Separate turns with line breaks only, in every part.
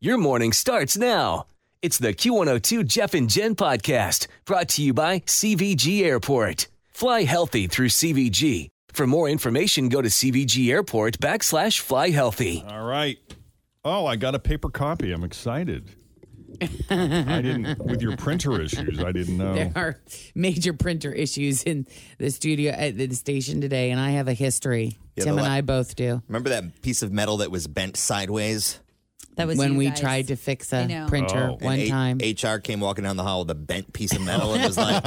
Your morning starts now. It's the Q102 Jeff and Jen podcast brought to you by CVG Airport. Fly healthy through CVG. For more information, go to CVG Airport backslash fly healthy.
All right. Oh, I got a paper copy. I'm excited. I didn't with your printer issues. I didn't know.
There are major printer issues in the studio at the station today, and I have a history.
Yeah,
Tim
the
and
la-
I both do.
Remember that piece of metal that was bent sideways?
That was
when
you
we
guys.
tried to fix
I
a
know.
printer
Oh.
And
one
H-
time.
HR came walking down the hall with a bent piece of metal and was like,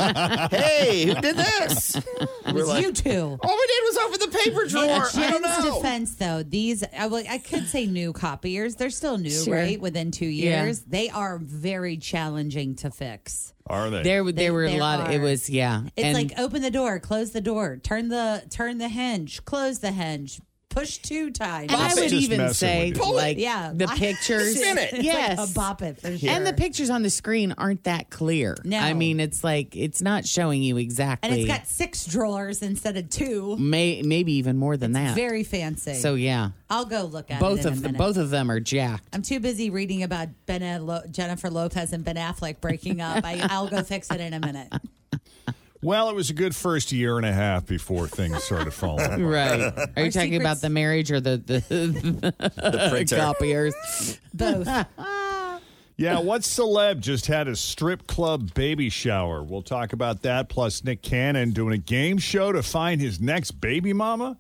hey, who did this?
It
We're
was
like,
you two.
All we did was over the paper drawer. I don't
Jen's
know.
defense, though, these I, will, I could say new copiers. They're still new,
Sure.
right? Within two
Yeah.
years, they are very challenging to fix.
Are they?
there, there were a
there
lot. It
are.
was yeah.
It's
and
like open the door, close the door, turn the turn the hinge, close the hinge, push two times.
and I
Just
would even
messing
say
with you.
like
yeah,
the
I-
pictures.
Spin it. It's like
Yes.
It's like a bop it for sure.
and the pictures on the screen aren't that clear.
No.
I mean, it's like it's not showing you exactly.
and it's got six drawers instead of two.
may, maybe even more than that.
Very fancy.
so yeah,
I'll go look at
both
it. in a
of the,
minute.
both of them are jacked.
I'm too busy reading about ben and Lo- Jennifer Lopez and Ben Affleck breaking up. I, I'll go fix it in a minute.
Well, it was a good first year and a half before things started falling. apart.
Right. Are you talking
secrets-
about the marriage or the the,
The
the
printer.
copiers?
Both.
Yeah, what celeb just had a strip club baby shower? We'll talk about that. Plus, Nick Cannon doing a game show to find his next baby mama.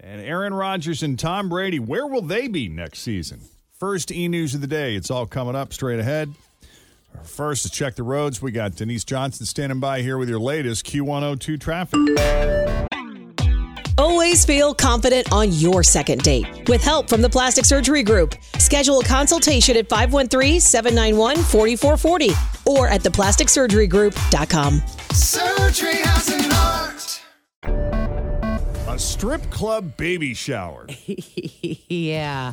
And Aaron Rodgers and Tom Brady, where will they be next season? First e news of the day. It's all coming up straight ahead. First, to check the roads, we got Denise Johnson standing by here with your latest Q102 traffic.
Always feel confident on your second date. With help from the Plastic Surgery Group, schedule a consultation at 513 791 4440 or at theplasticsurgerygroup.com.
Surgery has an art.
A strip club baby shower.
yeah.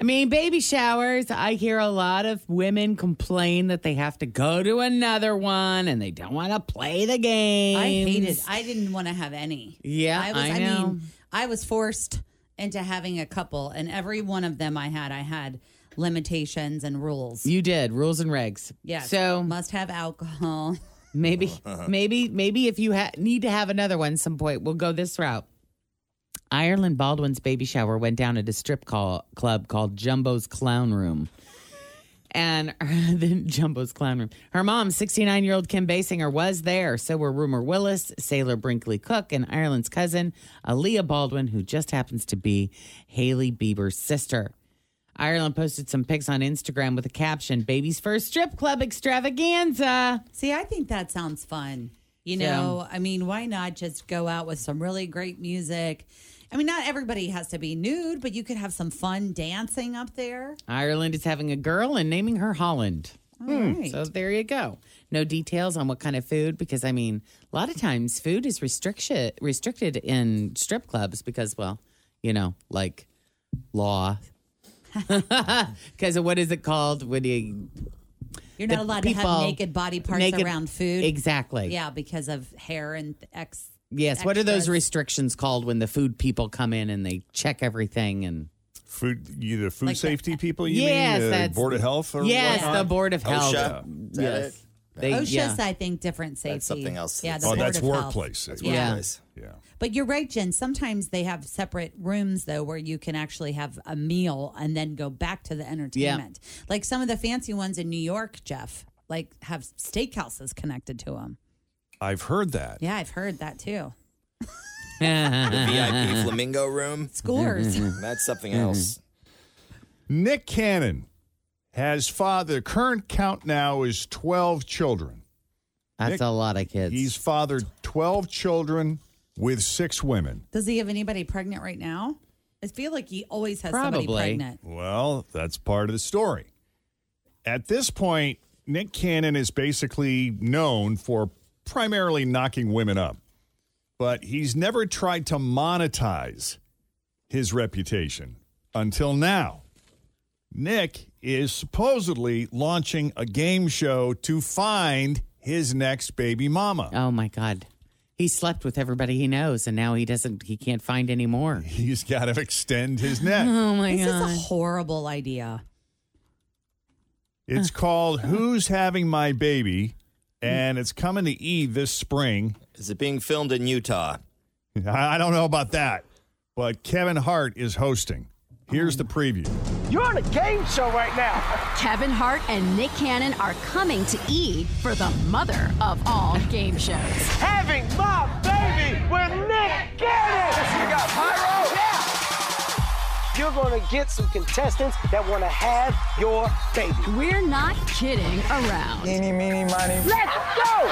I mean, baby showers, I hear a lot of women complain that they have to go to another one and they don't want to play the game.
I hated. I didn't want to have any.
Yeah,
I was.
I
I,
know.
mean, I was forced into having a couple, and every one of them I had, I had limitations and rules.
You did, rules and regs.
Yeah.
So
must have alcohol.
Maybe, maybe, maybe if you ha- need to have another one some point, we'll go this route. Ireland Baldwin's baby shower went down at a strip call- club called Jumbo's Clown Room. And the Jumbo's Clown Room. Her mom, 69 year old Kim Basinger, was there. So were Rumor Willis, Sailor Brinkley Cook, and Ireland's cousin, Aaliyah Baldwin, who just happens to be Haley Bieber's sister. Ireland posted some pics on Instagram with a caption Baby's first strip club extravaganza.
See, I think that sounds fun. You
So-
know, I mean, why not just go out with some really great music? I mean, not everybody has to be nude, but you could have some fun dancing up there.
Ireland is having a girl and naming her Holland.
Right.
Hmm, So there you go. No details on what kind of food because I mean, a lot of times food is restriction restricted in strip clubs because well, you know, like law. Because of what is it called when you
You're not allowed to have
people-
naked body parts
naked-
around food.
exactly?
Yeah, because of hair and th- X.
Yes. What are those
Extras.
restrictions called when the food people come in and they check everything and
Food, you the food
Like the-
safety people, you
Yes,
mean? The
that's-
board of health or
yes,
whatnot?
Oh,
the board of health.
OSHA. Is that
Yes.
it?
They-
OSHA's,
yeah.
I think, different safety.
That's something else.
Yeah,
That's
the
Oh,
Board
that's
of Health.
workplace.
That's
Yeah.
workplace.
Yeah.
But you're right, Jen. Sometimes they have separate rooms though, where you can actually have a meal and then go back to the entertainment. Like some of the fancy ones in New York, Jeff, like have steakhouses connected to them.
I've heard that.
Yeah, I've heard that too.
VIP flamingo room.
Scores.
Mm-hmm.
That's something else.
Nick Cannon has father. The current count now is 12 children.
That's
Nick,
a lot of kids.
He's fathered 12 children with six women.
Does he have anybody pregnant right now? I feel like he always has
Probably.
somebody pregnant.
Well, that's part of the story. At this point, Nick Cannon is basically known for primarily knocking women up, but he's never tried to monetize his reputation until now. Nick is supposedly launching a game show to find his next baby mama.
oh my god, he slept with everybody he knows, and now he doesn't. He can't find any more.
He's got to extend his neck.
Oh my
This is a
god.
horrible idea.
It's called Who's Having My Baby? And it's coming to E this spring.
Is it being filmed in Utah?
I I don't know about that, but Kevin Hart is hosting. Here's the preview.
You're on a game show right now.
Kevin Hart and Nick Cannon are coming to E for the mother of all game shows.
Having my baby with Nick Cannon. You got pyro? Yeah. You're going to get some contestants that want to have your baby.
We're not kidding around.
Eeny, meeny, miny. Let's go.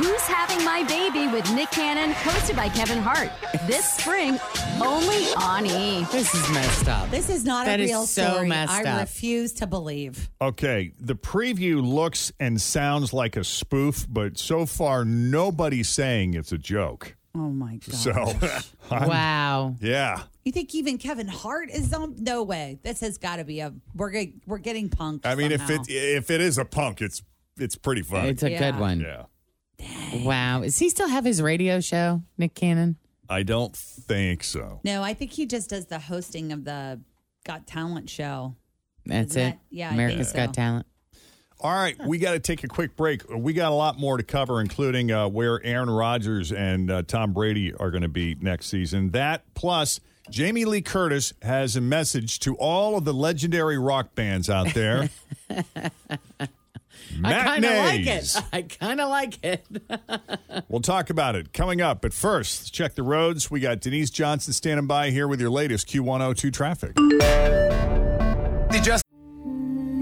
Who's having my baby with Nick Cannon, hosted by Kevin Hart this spring, only on E.
This is messed up.
This is not
That
a
is
real
so
story.
messed
I
up.
refuse to believe.
Okay, the preview looks and sounds like a spoof, but so far nobody's saying it's a joke.
Oh my god.
So,
wow.
yeah,
You think even Kevin Hart is on? No way. This has got to be a we're ge- we're getting punked.
I mean, if
somehow.
it if it is a punk, it's it's pretty funny.
It's a
Yeah.
good one.
yeah,
Wow. Does he still have his radio show, Nick Cannon?
I don't think so.
no, I think he just does the hosting of the Got Talent show.
That's
Isn't
it.
that- yeah, I
America's
think so.
Got Talent.
All right, we got to take a quick break. We got a lot more to cover, including uh, where Aaron Rodgers and uh, Tom Brady are going to be next season. That plus, Jamie Lee Curtis has a message to all of the legendary rock bands out there.
I kind of like
Matinees.
it. I kind of like it.
We'll talk about it coming up. But first, let's check the roads. We got Denise Johnson standing by here with your latest Q102 traffic.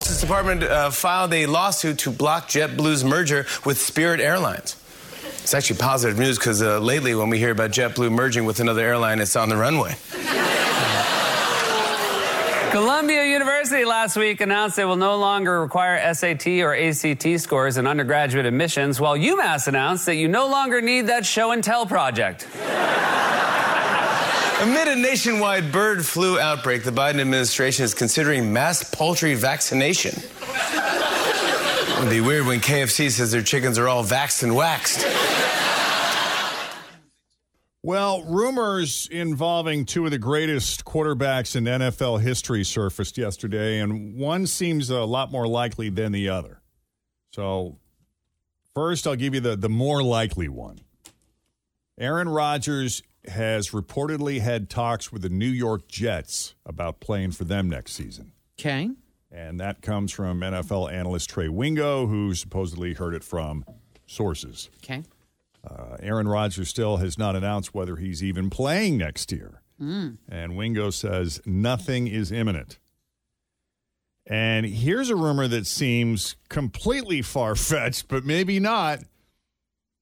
Justice Department uh, filed a lawsuit to block JetBlue's merger with Spirit Airlines. It's actually positive news because uh, lately, when we hear about JetBlue merging with another airline, it's on the runway.
Columbia University last week announced they will no longer require SAT or ACT scores in undergraduate admissions, while UMass announced that you no longer need that show and tell project.
Amid a nationwide bird flu outbreak, the Biden administration is considering mass poultry vaccination. It'd be weird when KFC says their chickens are all vaxxed and waxed.
Well, rumors involving two of the greatest quarterbacks in NFL history surfaced yesterday, and one seems a lot more likely than the other. So, first, I'll give you the, the more likely one. Aaron Rodgers has reportedly had talks with the New York Jets about playing for them next season.
Okay.
And that comes from NFL analyst Trey Wingo, who supposedly heard it from sources.
Okay.
Uh, Aaron Rodgers still has not announced whether he's even playing next year. And Wingo says nothing is imminent. And here's a rumor that seems completely far fetched, but maybe not.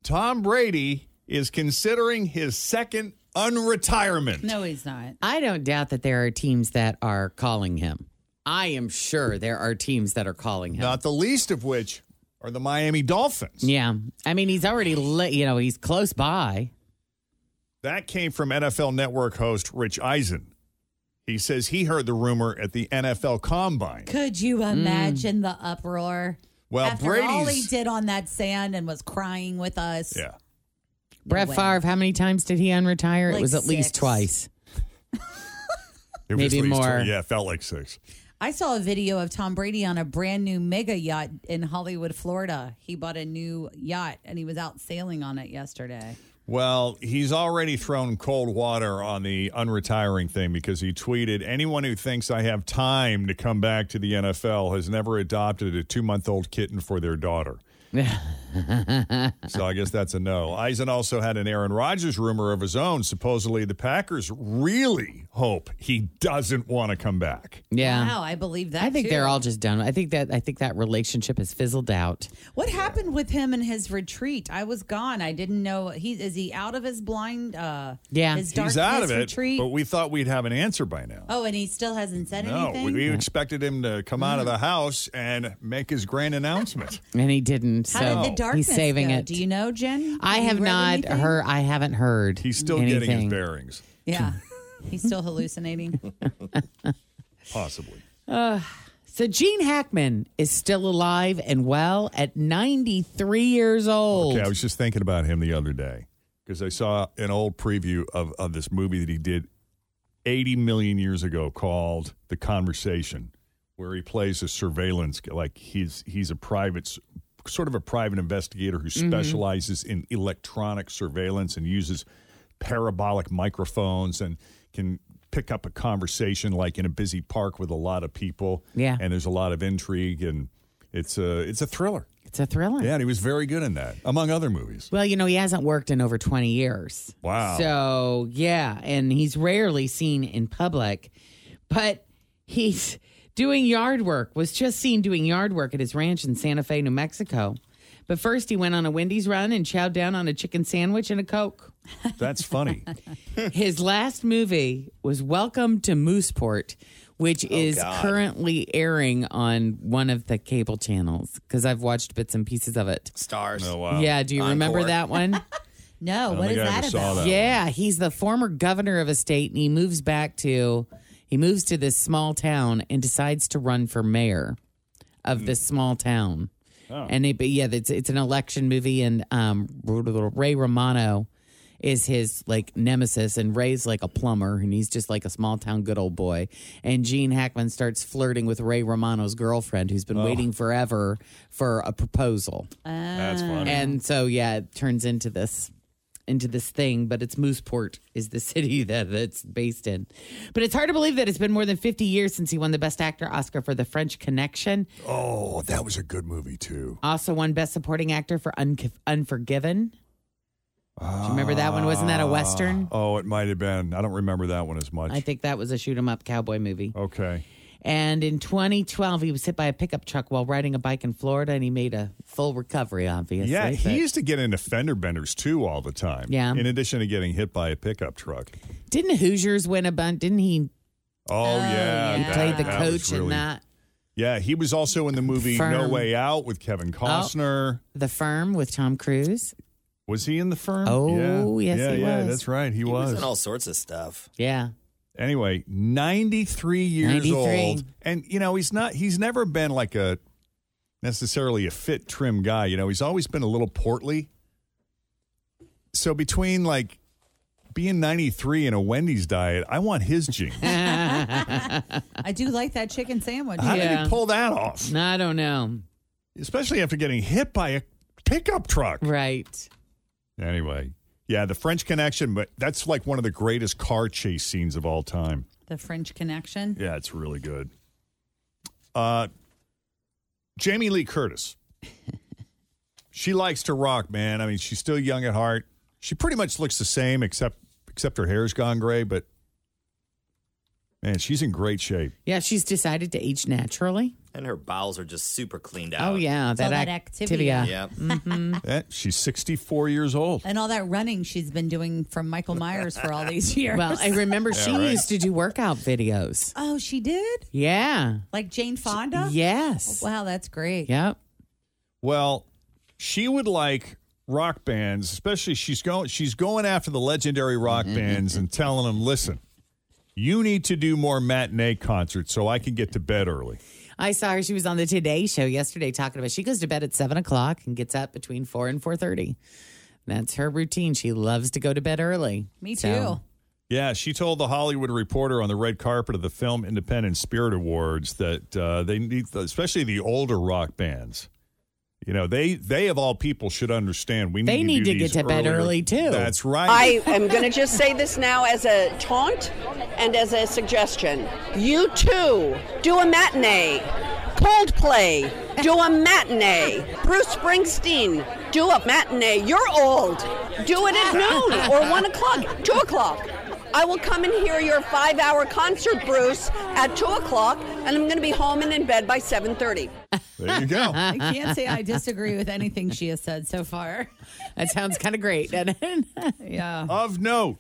Tom Brady is considering his second unretirement.
No, he's not.
I don't doubt that there are teams that are calling him. I am sure there are teams that are calling him.
Not the least of which are the Miami Dolphins.
Yeah. I mean, he's already, li- you know, he's close by.
That came from NFL Network host Rich Eisen. He says he heard the rumor at the NFL Combine.
Could you
Mm.
imagine the uproar?
Well,
After all he
Brady's
did on that sand and was crying with us.
Yeah.
Brett
way.
Favre, how many times did he unretire? it
Like
was at least
six.
twice.
It was
Maybe
at least
more.
two- yeah, it felt like six.
I saw a video of Tom Brady on a brand new mega yacht in Hollywood, Florida. He bought a new yacht and he was out sailing on it yesterday.
Well, he's already thrown cold water on the unretiring thing because he tweeted, "Anyone who thinks I have time to come back to the NFL has never adopted a two-month-old kitten for their daughter." so I guess that's a no. Eisen also had an Aaron Rodgers rumor of his own. Supposedly, the Packers really hope he doesn't want to come back.
Yeah.
Wow, I believe that.
I think
too.
they're all just done. I think that I think that relationship has fizzled out.
What happened with him and his retreat? I was gone. I didn't know. He is he out of his blind? Uh, his
he's out
darkness
of it.
Retreat?
But we thought we'd have an answer by now.
oh, and he still hasn't said
No,
anything.
we, we expected him to come out of the house and make his grand announcement.
And he didn't.
How
so
did the darkness
he's saving
go?
it.
Do you know, Jen?
I
Have you
have
read
not
anything?
heard I haven't heard.
He's still getting his
anything.
bearings,
Yeah, he's still hallucinating.
possibly.
Uh, so Gene Hackman is still alive and well at 93 years old.
Okay, I was just thinking about him the other day because I saw an old preview of, of this movie that he did 80 million years ago called The Conversation, where he plays a surveillance, g- like he's, he's a private, s- sort of a private investigator who
Mm-hmm.
Mhm.
specializes in electronic surveillance and uses parabolic microphones and can pick up a conversation like in a busy park with a lot of people.
Yeah.
And there's a lot of intrigue and it's a, it's a thriller.
it's a thriller.
Yeah, and he was very good in that, among other movies.
Well, you know, he hasn't worked in over 20 years.
Wow.
So, yeah, and he's rarely seen in public, but he's doing yard work, was just seen doing yard work at his ranch in Santa Fe, New Mexico. But first, he went on a Wendy's run and chowed down on a chicken sandwich and a Coke.
That's funny.
His last movie was Welcome to Mooseport, which is
God.
currently airing on one of the cable channels because I've watched bits and pieces of it.
Stars.
Oh,
Yeah, do you remember that one?
No,
don't
what is
think I
that
ever saw
about?
that.
yeah, he's the former governor of a state and he moves back to he moves to this small town and decides to run for mayor of this small town.
Oh.
And it, but yeah, it's it's an election movie and um Ray Romano is his like nemesis and Ray's like a plumber and he's just like a small town good old boy and Gene Hackman starts flirting with Ray Romano's girlfriend who's been
Oh.
waiting forever for a proposal.
That's
Ah.
funny.
Mm-hmm.
And so yeah, it turns into this into this thing, but it's Mooseport is the city that it's based in. But it's hard to believe that it's been more than 50 years since he won the Best Actor Oscar for The French Connection.
Oh, that was a good movie too.
Also won Best Supporting Actor for Un- Unforgiven. Do you remember that one? Wasn't that a western?
Oh, it might have been. I don't remember that one as much.
I think that was a shoot 'em up cowboy movie.
okay.
And in 2012, he was hit by a pickup truck while riding a bike in Florida, and he made a full recovery. Obviously,
yeah,
but-
he used to get into fender benders too all the time.
Yeah.
In addition to getting hit by a pickup truck.
didn't Hoosiers win a bunch? Didn't he?
Oh, yeah.
he
that-
played the
that was
coach in
really-
that.
Yeah, he was also in the movie No
Firm. Oh.
Way Out with Kevin Costner.
The Firm with Tom Cruise.
Was he in the firm?
Oh,
yeah.
yes,
yeah,
he
yeah,
was.
that's right. He,
He was
was.
in all sorts of stuff.
Yeah.
Anyway, 93 years
93.
old. And you know, he's not he's never been like a necessarily a fit trim guy, you know. He's always been a little portly. So between like being 93 and a Wendy's diet, I want his genes.
I do like that chicken sandwich.
How did he pull that off?
I don't know.
Especially after getting hit by a pickup truck.
Right.
Anyway, yeah, the French Connection, but that's like one of the greatest car chase scenes of all time.
The French Connection.
Yeah, it's really good. Uh, Jamie Lee Curtis. she likes to rock, man. I mean, she's still young at heart. She pretty much looks the same, except except her hair's gone gray. But man, she's in great shape.
Yeah, she's decided to age naturally.
And her bowels are just super cleaned out.
Oh yeah, that,
activia.
activia.
Yep.
Eh, she's sixty four years old.
And all that running she's been doing from Michael Myers for all these years.
Well, I remember she
Yeah, right.
used to do workout videos.
Oh, she did?
Yeah.
Like Jane Fonda?
Yes.
Wow, that's great.
Yep.
Well, she would like rock bands, especially she's going she's going after the legendary rock bands and telling them, "Listen, you need to do more matinee concerts so I can get to bed early."
I saw her. She was on the Today Show yesterday talking about she goes to bed at seven o'clock and gets up between four and four thirty. That's her routine. She loves to go to bed early.
Me
So-
too.
Yeah, she told the Hollywood Reporter on the red carpet of the Film Independent Spirit Awards that uh, they need, especially the older rock bands. You know, they they of all people should understand we need
They
to,
need
do
to get
these
to bed
earlier.
early, too.
That's right.
I am going to just say this now as a taunt and as a suggestion. You too, do a matinee. Coldplay, do a matinee. Bruce Springsteen, do a matinee. You're old. Do it at noon or 1 o'clock, 2 o'clock. I will come and hear your five-hour concert, Bruce, at 2 o'clock, and I'm going to be home and in bed by 7.30.
There you go.
I can't say I disagree with anything she has said so far.
That sounds kind of great, doesn't it?
yeah.
Of note,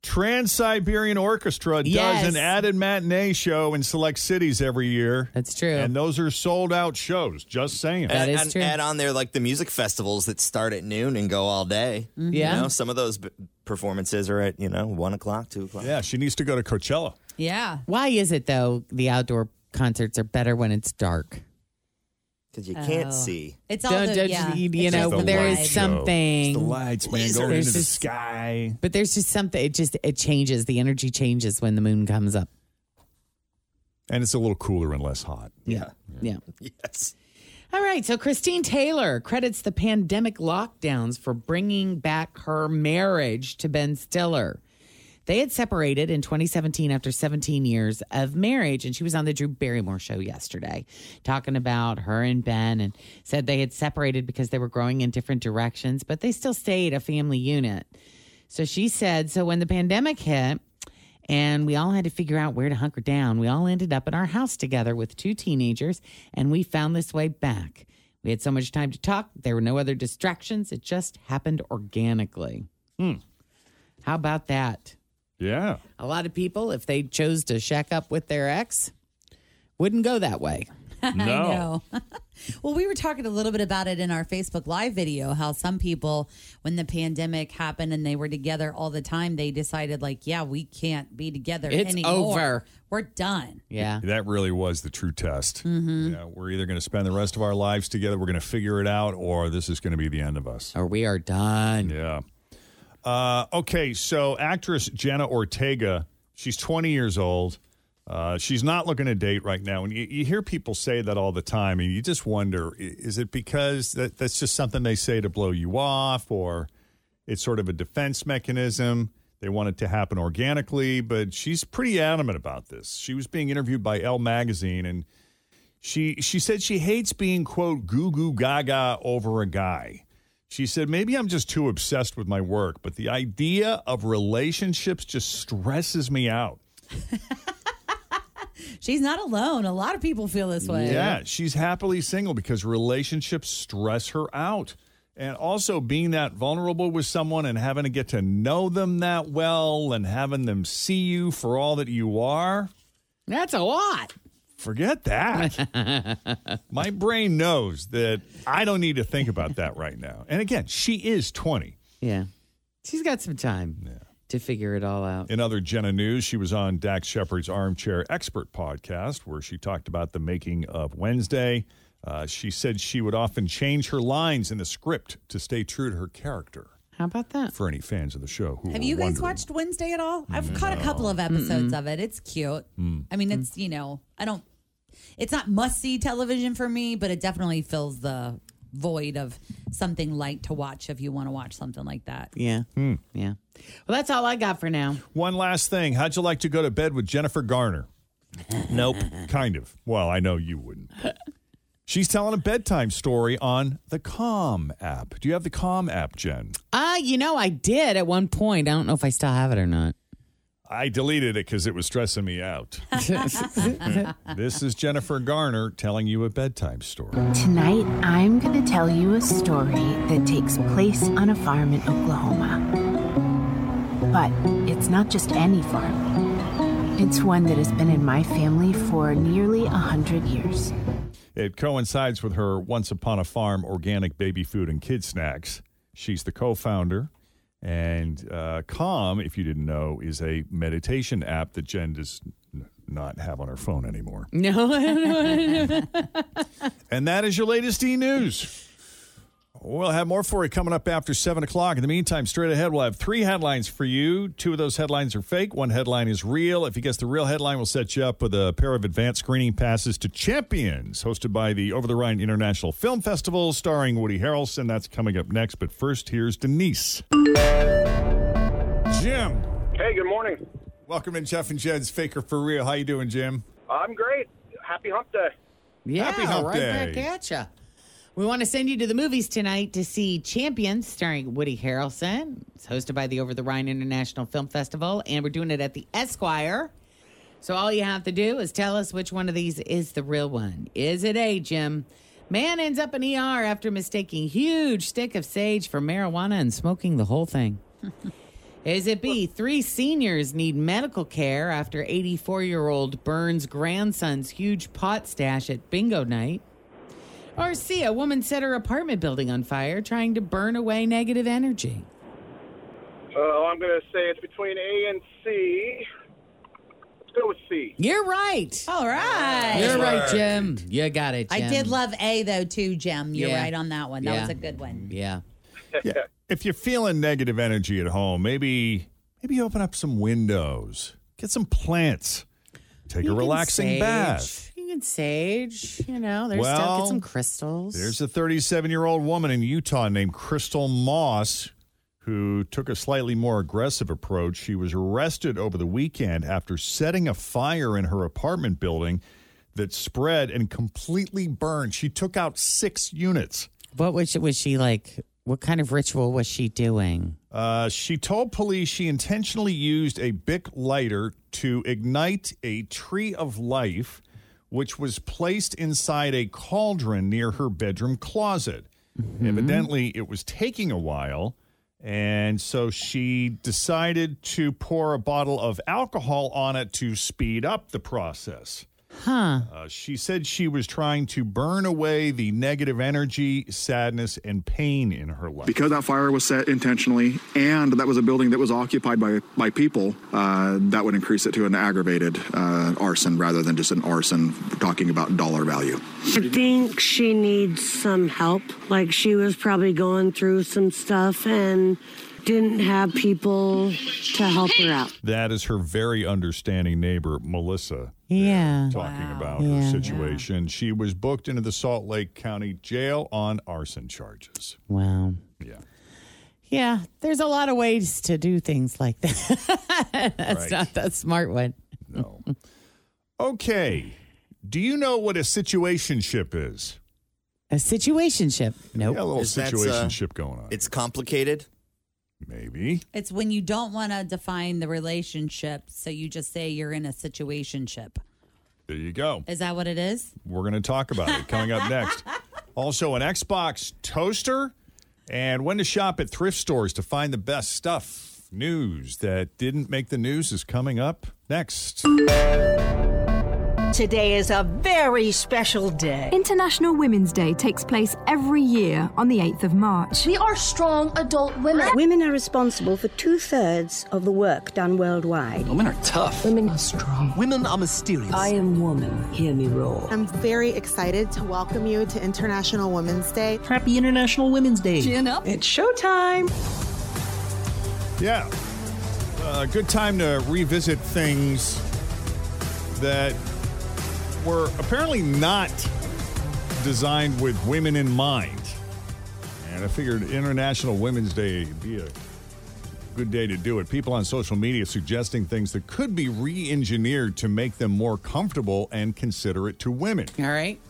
Trans Siberian Orchestra
Yes.
does an added matinee show in select cities every year.
That's true.
And those are sold out shows. Just saying.
and, and add on there like the music festivals that start at noon and go all day.
Mhm.
You
Yeah.
know, some of those b- performances are at, you know, one o'clock, two o'clock.
Yeah, she needs to go to Coachella.
Yeah.
Why is it though the outdoor concerts are better when it's dark?
Because you can't
Oh.
see.
It's
all Don't- the- don't yeah. you- you It's know, just the there is light show. something- It's the
lights,
man, going There's into the just-
sky.
But there's just something it just it changes. The energy changes when the moon comes up.
And it's a little cooler and less hot.
Yeah. Yeah.
Yes.
All right, so Christine Taylor credits the pandemic lockdowns for bringing back her marriage to Ben Stiller. They had separated in 2017 after 17 years of marriage, and she was on the Drew Barrymore show yesterday talking about her and Ben and said they had separated because they were growing in different directions, but they still stayed a family unit. So she said, So when the pandemic hit, and we all had to figure out where to hunker down. We all ended up in our house together with two teenagers, and we found this way back. We had so much time to talk, there were no other distractions. It just happened organically. Hmm. How about that?
Yeah.
A lot of people, if they chose to shack up with their ex, wouldn't go that way.
I know. well, we were talking a little bit about it in our Facebook Live video how some people, when the pandemic happened and they were together all the time, they decided, like, yeah, we can't be together
It's
anymore.
over.
We're done.
Yeah.
That really was the true test. Mm-hmm. Yeah, we're either going to spend the rest of our lives together, we're going to figure it out, or this is going to be the end of us.
Or we are done.
Yeah. Uh, okay, so actress Jenna Ortega, she's 20 years old. Uh, she's not looking to date right now. And you, you hear people say that all the time. And you just wonder i- is it because that, that's just something they say to blow you off, or it's sort of a defense mechanism? They want it to happen organically, but she's pretty adamant about this. She was being interviewed by Elle Magazine, and she she said she hates being quote goo goo gaga over a guy. She said maybe I'm just too obsessed with my work, but the idea of relationships just stresses me out.
She's not alone. A lot of people feel this way.
Yeah, she's happily single because relationships stress her out. And also being that vulnerable with someone and having to get to know them that well and having them see you for all that you are.
That's a lot.
Forget that. My brain knows that I don't need to think about that right now. And again, she is 20.
Yeah. She's got some time to figure it all out.
In other Jenna news, she was on Dax Shepard's Armchair Expert podcast, where she talked about the making of Wednesday. Uh, she said she would often change her lines in the script to stay true to her character.
How about that?
For any fans of the show who
Have
were
you guys
wondering.
watched Wednesday at all? I've caught a couple of episodes of it. It's cute.
Mm.
I mean, it's, you know, I don't, it's not must see television for me, but it definitely fills the void of something light to watch if you want to watch something like that.
Yeah. Yeah. Well, that's all I got for now.
One last thing. How'd you like to go to bed with Jennifer Garner? Nope. kind of. Well, I know you wouldn't. She's telling a bedtime story on the Calm app. Do you have the Calm app, Jen?
Uh, you know, I did at one point. I don't know if I still have it or not.
I deleted it because it was stressing me out. this is Jennifer Garner telling you a bedtime story.
Tonight, I'm going to tell you a story that takes place on a farm in Oklahoma. But it's not just any farm, it's one that has been in my family for nearly a 100 years.
It coincides with her Once Upon a Farm organic baby food and kid snacks. She's the co founder. And uh, Calm, if you didn't know, is a meditation app that Jen does n- not have on her phone anymore.
No, I don't know. I don't know.
And that is your latest e news. We'll have more for you coming up after 7 o'clock. In the meantime, straight ahead, we'll have three headlines for you. Two of those headlines are fake, one headline is real. If you guess the real headline, we'll set you up with a pair of advanced screening passes to Champions, hosted by the Over the Rhine International Film Festival, starring Woody Harrelson. That's coming up next. But first, here's Denise. Jim.
Hey, good morning.
Welcome in, Jeff and Jed's Faker for Real. How you doing, Jim?
I'm great. Happy hump day.
Yeah,
Happy hump
right
day.
back at ya. We want to send you to the movies tonight to see Champions, starring Woody Harrelson. It's hosted by the Over the Rhine International Film Festival, and we're doing it at the Esquire. So all you have to do is tell us which one of these is the real one. Is it A, Jim? Man ends up in ER after mistaking huge stick of sage for marijuana and smoking the whole thing. Is it B? Three seniors need medical care after 84 year old burns grandson's huge pot stash at bingo night. Or C? A woman set her apartment building on fire trying to burn away negative energy.
Uh, I'm going to say it's between A and C. Let's go with C.
You're right.
All Oh, right.
You're right, Jim. You got it,
I
Jim.
did love A though too, Jim. You're
Yeah.
right on that one. That
Yeah.
was a good one.
Yeah.
If you're feeling negative energy at home, maybe maybe open up some windows, get some plants, take
You
a
can
relaxing
sage.
bath.
You can sage. You know, there's stuff. Get some crystals.
There's a 37 year old woman in Utah named Crystal Moss who took a slightly more aggressive approach. She was arrested over the weekend after setting a fire in her apartment building that spread and completely burned. She took out six units.
What was she, was she like? What kind of ritual was she doing?
Uh, she told police she intentionally used a Bic lighter to ignite a tree of life, which was placed inside a cauldron near her bedroom closet. Evidently, it was taking a while. And so she decided to pour a bottle of alcohol on it to speed up the process.
Huh.
Uh, she said she was trying to burn away the negative energy, sadness, and pain in her life.
Because that fire was set intentionally, and that was a building that was occupied by by people, uh, that would increase it to an aggravated uh, arson rather than just an arson. Talking about dollar value.
I think she needs some help. Like she was probably going through some stuff and didn't have people to help her out.
That is her very understanding neighbor, Melissa,
Yeah.
talking about
Mm. Yeah.
her situation. She was booked into the Salt Lake County jail on arson charges.
Wow.
Yeah.
Yeah, there's a lot of ways to do things like that.
Right.
That's not the smart one.
No. Okay. Do you know what a situationship is?
A situationship. Nope.
Yeah, a little
Is that, uh,
situationship going on.
It's complicated.
Maybe.
It's when you don't want to define the relationship, so you just say you're in a situationship.
There you go.
Is that what it is?
We're going to talk about it coming up next. Also, an Xbox toaster and when to shop at thrift stores to find the best stuff. News that didn't make the news is coming up next.
Today is a very special day.
International Women's Day takes place every year on the 8th of March. We are strong adult women.
Women are responsible for two thirds of the work done worldwide.
Women are tough. Women are strong. Women are mysterious. I am woman. Hear me roar.
I'm very excited to welcome you to International Women's Day.
Happy International Women's Day. Chin up. It's showtime.
Yeah. A good time to revisit things that were apparently not designed with women in mind. And I figured International Women's Day would be a good day to do it. People on social media suggesting things that could be re engineered to make them more comfortable and considerate to women.
All right.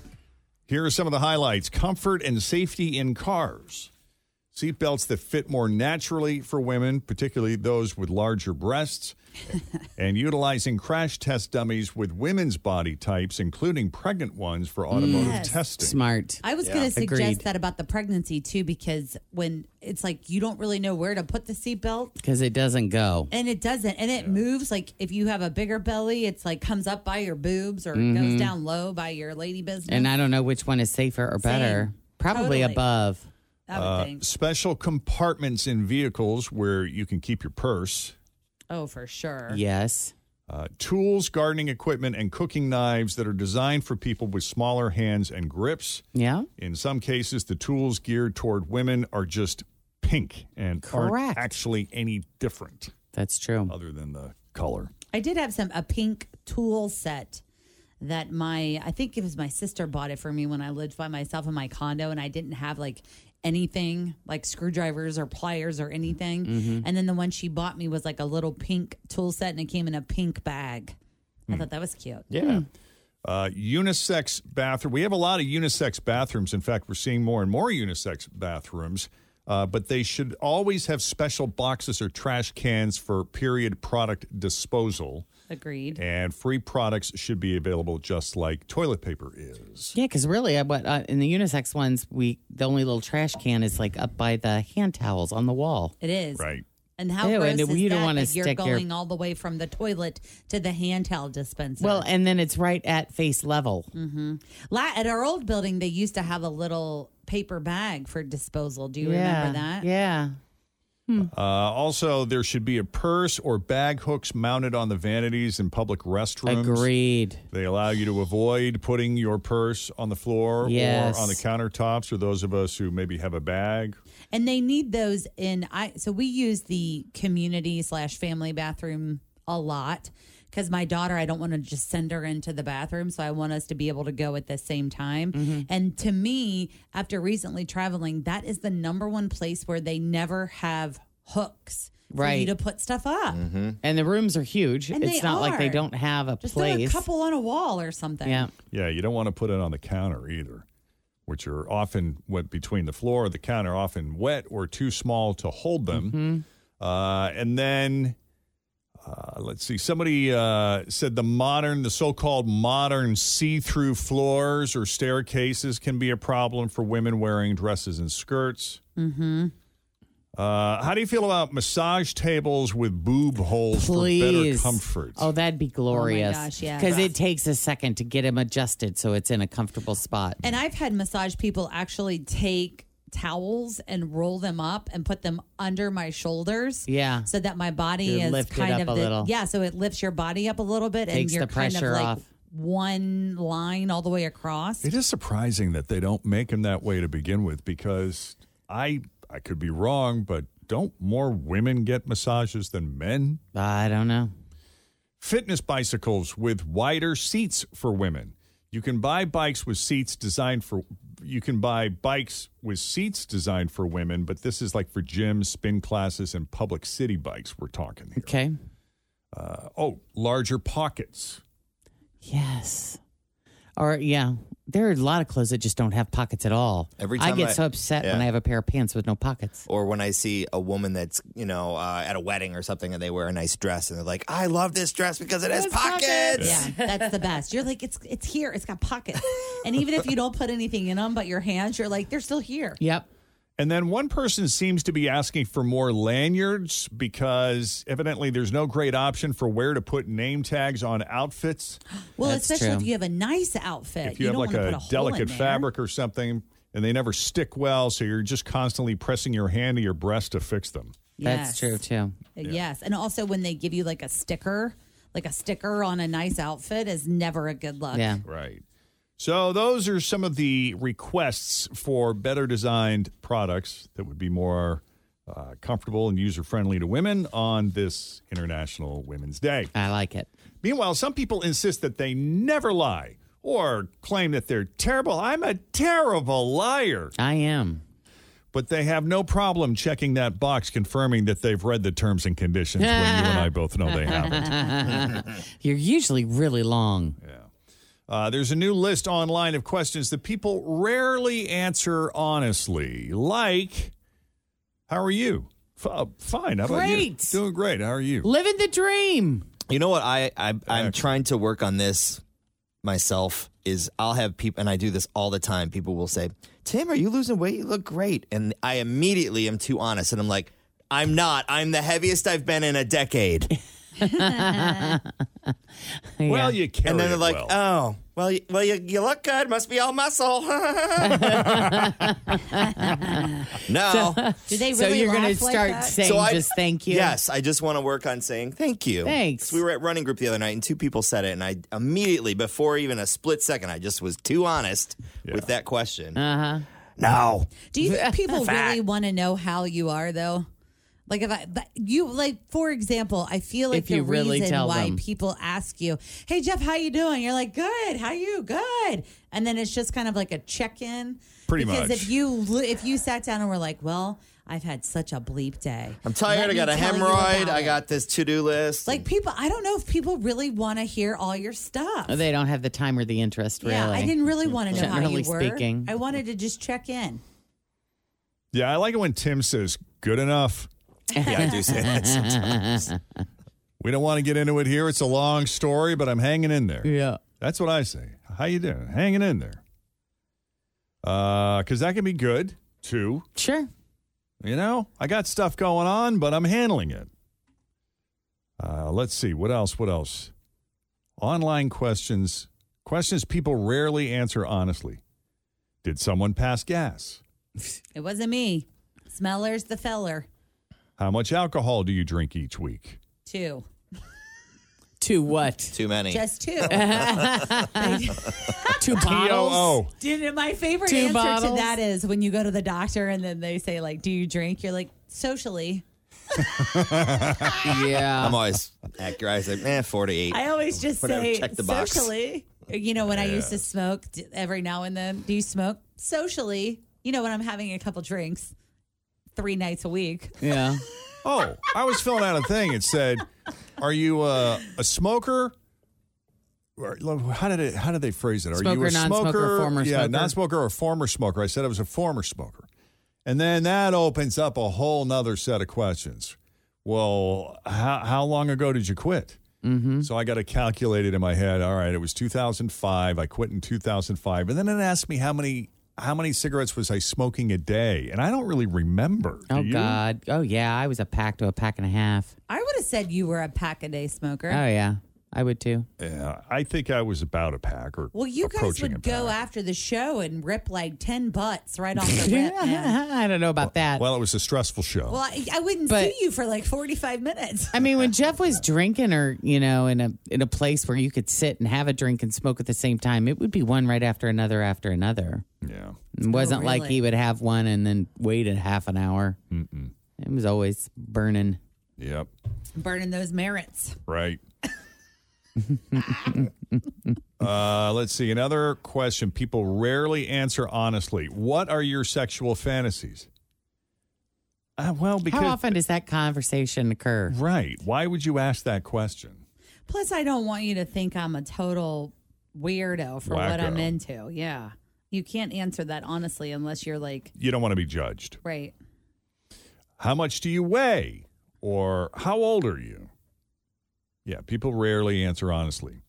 Here are some of the highlights comfort and safety in cars. Seatbelts that fit more naturally for women, particularly those with larger breasts, and utilizing crash test dummies with women's body types, including pregnant ones, for automotive
Yes.
testing.
Smart.
I was going to suggest that about the pregnancy too, because when it's like you don't really know where to put the seatbelt,
because it doesn't go.
and it doesn't, and it moves. Like if you have a bigger belly, it's like comes up by your boobs or
Mhm.
goes down low by your lady business.
And I don't know which one is safer or better.
Totally.
Probably above.
I would
Uh,
think.
Uh, Special compartments in vehicles where you can keep your purse.
Oh, for sure.
Yes.
Uh, tools, gardening equipment, and cooking knives that are designed for people with smaller hands and grips.
Yeah.
In some cases, the tools geared toward women are just pink and aren't
Correct.
actually any different.
That's true.
Other than the color.
I did have some a pink tool set that my I think it was my sister bought it for me when I lived by myself in my condo and I didn't have like anything like screwdrivers or pliers or anything.
Mhm.
And then the one she bought me was like a little pink tool set and it came in a pink bag. I
Hmm.
thought that was cute.
Uh, unisex bathroom. We have a lot of unisex bathrooms. In fact, we're seeing more and more unisex bathrooms. Uh, but they should always have special boxes or trash cans for period product disposal.
Agreed.
And free products should be available just like toilet paper is.
Yeah, because really, I, what uh, in the unisex ones, we the only little trash can is like up by the hand towels on the wall.
It is.
Right.
And how
Ew,
gross
and
is
you don't
that,
wanna
that you're
stick your-
going all the way from the toilet to the hand towel dispenser?
Well, and then it's right at face level.
Mm-hmm. La- at our old building, they used to have a little paper bag for disposal. Do you
Yeah,
remember that?
Yeah.
Uh, also, there should be a purse or bag hooks mounted on the vanities in public restrooms.
Agreed.
They allow you to avoid putting your purse on the floor
Yes.
or on the countertops, or those of us who maybe have a bag.
And they need those in. I so we use the community slash family bathroom a lot because my daughter, I don't want to just send her into the bathroom, so I want us to be able to go at the same time.
Mm-hmm.
And to me, after recently traveling, that is the number one place where they never have hooks for you
Right. Mm-hmm.
to put stuff up.
Mm-hmm.
And the rooms are huge.
And they
it's not like they
are.
don't have a
Just throw a
place.
couple on a wall or something.
Yeah.
Yeah, you don't want to put it on the counter either, which are often what between the floor or the counter, often wet or too small to hold them. Uh, and then uh, let's see, somebody uh, said the modern, the so-called modern see-through floors or staircases can be a problem for women wearing dresses and skirts.
Mm-hmm.
Uh, how do you feel about massage tables with boob holes for
Please.
better comfort?
Oh, that'd be glorious.
gosh, yeah.
Because it takes a second to get them adjusted so it's in a comfortable spot.
And I've had massage people actually take towels and roll them up and put them under my shoulders.
Yeah.
So that my body
You
is
lift it
kind
up
of
a
the,
little.
yeah. So it lifts your body up a little bit and
Takes
you're
the pressure
kind of like
off.
one line all the way across.
It is surprising that they don't make them that way to begin with because I I could be wrong, but don't more women get massages than men?
I don't know.
Fitness bicycles with wider seats for women. You can buy bikes with seats designed for you can buy bikes with seats designed for women, but this is like for gyms, spin classes, and public city bikes we're talking here.
Okay.
Uh, oh, larger pockets.
Yes. Or yeah, there are a lot of clothes that just don't have pockets at all.
Every
I
time
get
I-
so upset when
yeah.
I have a pair of pants with no pockets.
Or when I see a woman that's, you know, uh, at a wedding or something and they wear a nice dress and they're like, I love this dress because it has pockets.
Yeah, that's the best. You're like, it's it's here. It's got pockets. and even if you don't put anything in them but your hands, you're like, they're still here.
Yep.
And then one person seems to be asking for more lanyards because evidently there's no great option for where to put name tags on outfits.
Well, especially if you have a nice outfit.
If you, have
don't
like
wanna put
a
hole in
delicate
there.
fabric or something and they never stick well, so you're just constantly pressing your hand to your breast to fix them.
That's true too.
Yes. And also when they give you like a sticker, like a sticker on a nice outfit is never a good look.
Right. So those are some of the requests for better designed products that would be more uh, comfortable and user friendly to women on this International Women's Day.
I like it.
Meanwhile, some people insist that they never lie or claim that they're terrible. I'm a terrible liar.
I am.
But they have no problem checking that box confirming that they've read the terms and conditions when you and I both know they haven't.
You're usually really long.
Uh, there's a new list online of questions that people rarely answer honestly, like How are you? F- uh, fine. How about
Great.
you? Doing great. How are you?
Living the dream.
You know what? I, I I'm trying to work on this myself. Is I'll have people, and I do this all the time. People will say, "Tim, are you losing weight? You look great." And I immediately am too honest, and I'm like, "I'm not. I'm the heaviest I've been in a decade."
Well, you carry
and then
it
they're like, "Oh,
well.
well, you, well, you, you look good. Must be all muscle." no.
Do they
So
really
you're gonna
laugh like
start
that?
saying just thank you?
Yes, I just want to work on saying thank you.
Thanks.
We were at running group the other night, and two people said it, and I immediately, before even a split second, I just was too honest with that question.
Uh-huh.
Uh huh.
No.
Do you think people
Fat.
really want to know how you are though? Like if I but you like for example, I feel like
If
the
you really
reason
tell
why
them.
people ask you, "Hey Jeff, how you doing?" You're like, "Good. How you? Good." And then it's just kind of like a check-in.
Pretty
because
much.
if you li- if you sat down and were like, "Well, I've had such a bleep day.
I'm tired. I
Let me
got a
tell you
hemorrhoid.
about
I
it."
got this to do list.
Like people, I don't know if people really want to hear all your stuff.
Oh, They don't have the time or the interest, really.
Yeah, I didn't really want to know how
Generally
you were.
speaking.
I wanted to just check in.
Yeah, I like it when Tim says, good enough.
Yeah, I do say that sometimes.
We don't want to get into it here. It's a long story, but I'm hanging in there.
Yeah.
That's what I say. How you doing? Hanging in there. Uh, cuz that can be good too.
Sure.
You know, I got stuff going on, but I'm handling it. Uh, let's see what else, what else? Online questions, questions people rarely answer honestly. Did someone pass gas?
It wasn't me. Smeller's the feller.
How much alcohol do you drink each week?
Two.
To what?
Too many.
Just two.
two
bottles?
Dude, my favorite
Two
answer to
bottles?
that is when you go to the doctor and then they say, like, do you drink? You're like, socially.
yeah. I'm always accurate. I was like, man, 48.
I always just
Whatever,
say
check the box.
socially. You know, when I used to
Yeah.
smoke d- every now and then, do you smoke? Socially. You know, when I'm having a couple drinks three nights a week.
Yeah.
Oh, I was filling out a thing. It said, "Are you a, a smoker?" Or, How did it? How did they phrase it? Are you
Smoker,
a
non-smoker,
smoker?
former
yeah,
smoker.
non-smoker or former smoker. I said I was a former smoker, and then that opens up a whole nother set of questions. Well, how how long ago did you quit? Mm-hmm. So I got to calculate it in my head. All right, it was 2005. I quit in 2005, and then it asked me how many how many cigarettes was I smoking a day, and I don't really remember. Do
Oh,
you?
God. Oh, yeah. I was a pack to a pack and a half.
I would have said you were a pack a day smoker.
Oh, yeah. I would too.
Yeah, I think I was about a pack or
Well, you guys
approaching
would
a
go after the show and rip like 10 butts right off the rip, man.
I don't know about that.
pack. Well, it was a stressful show.
Well, I, I wouldn't
But-
see you for like 45 minutes.
I mean, when Jeff was drinking, or you know, in a in a place where you could sit and have a drink and smoke at the same time, it would be one right after another after another.
Yeah,
it wasn't like
Oh, really?
he would have one and then wait a half an hour.
Mm-mm.
It was always burning.
yep,
Burning those merits.
right. uh, let's see another question. People rarely answer honestly. What are your sexual fantasies? Uh, well, because
How often does that conversation occur?
right? Why would you ask that question?
Plus, I don't want you to think I'm a total weirdo for what
Wacko.
I'm into. Yeah. You can't answer that honestly unless you're like,
You don't want to be judged.
right.
How much do you weigh? Or how old are you? Yeah, people rarely answer honestly.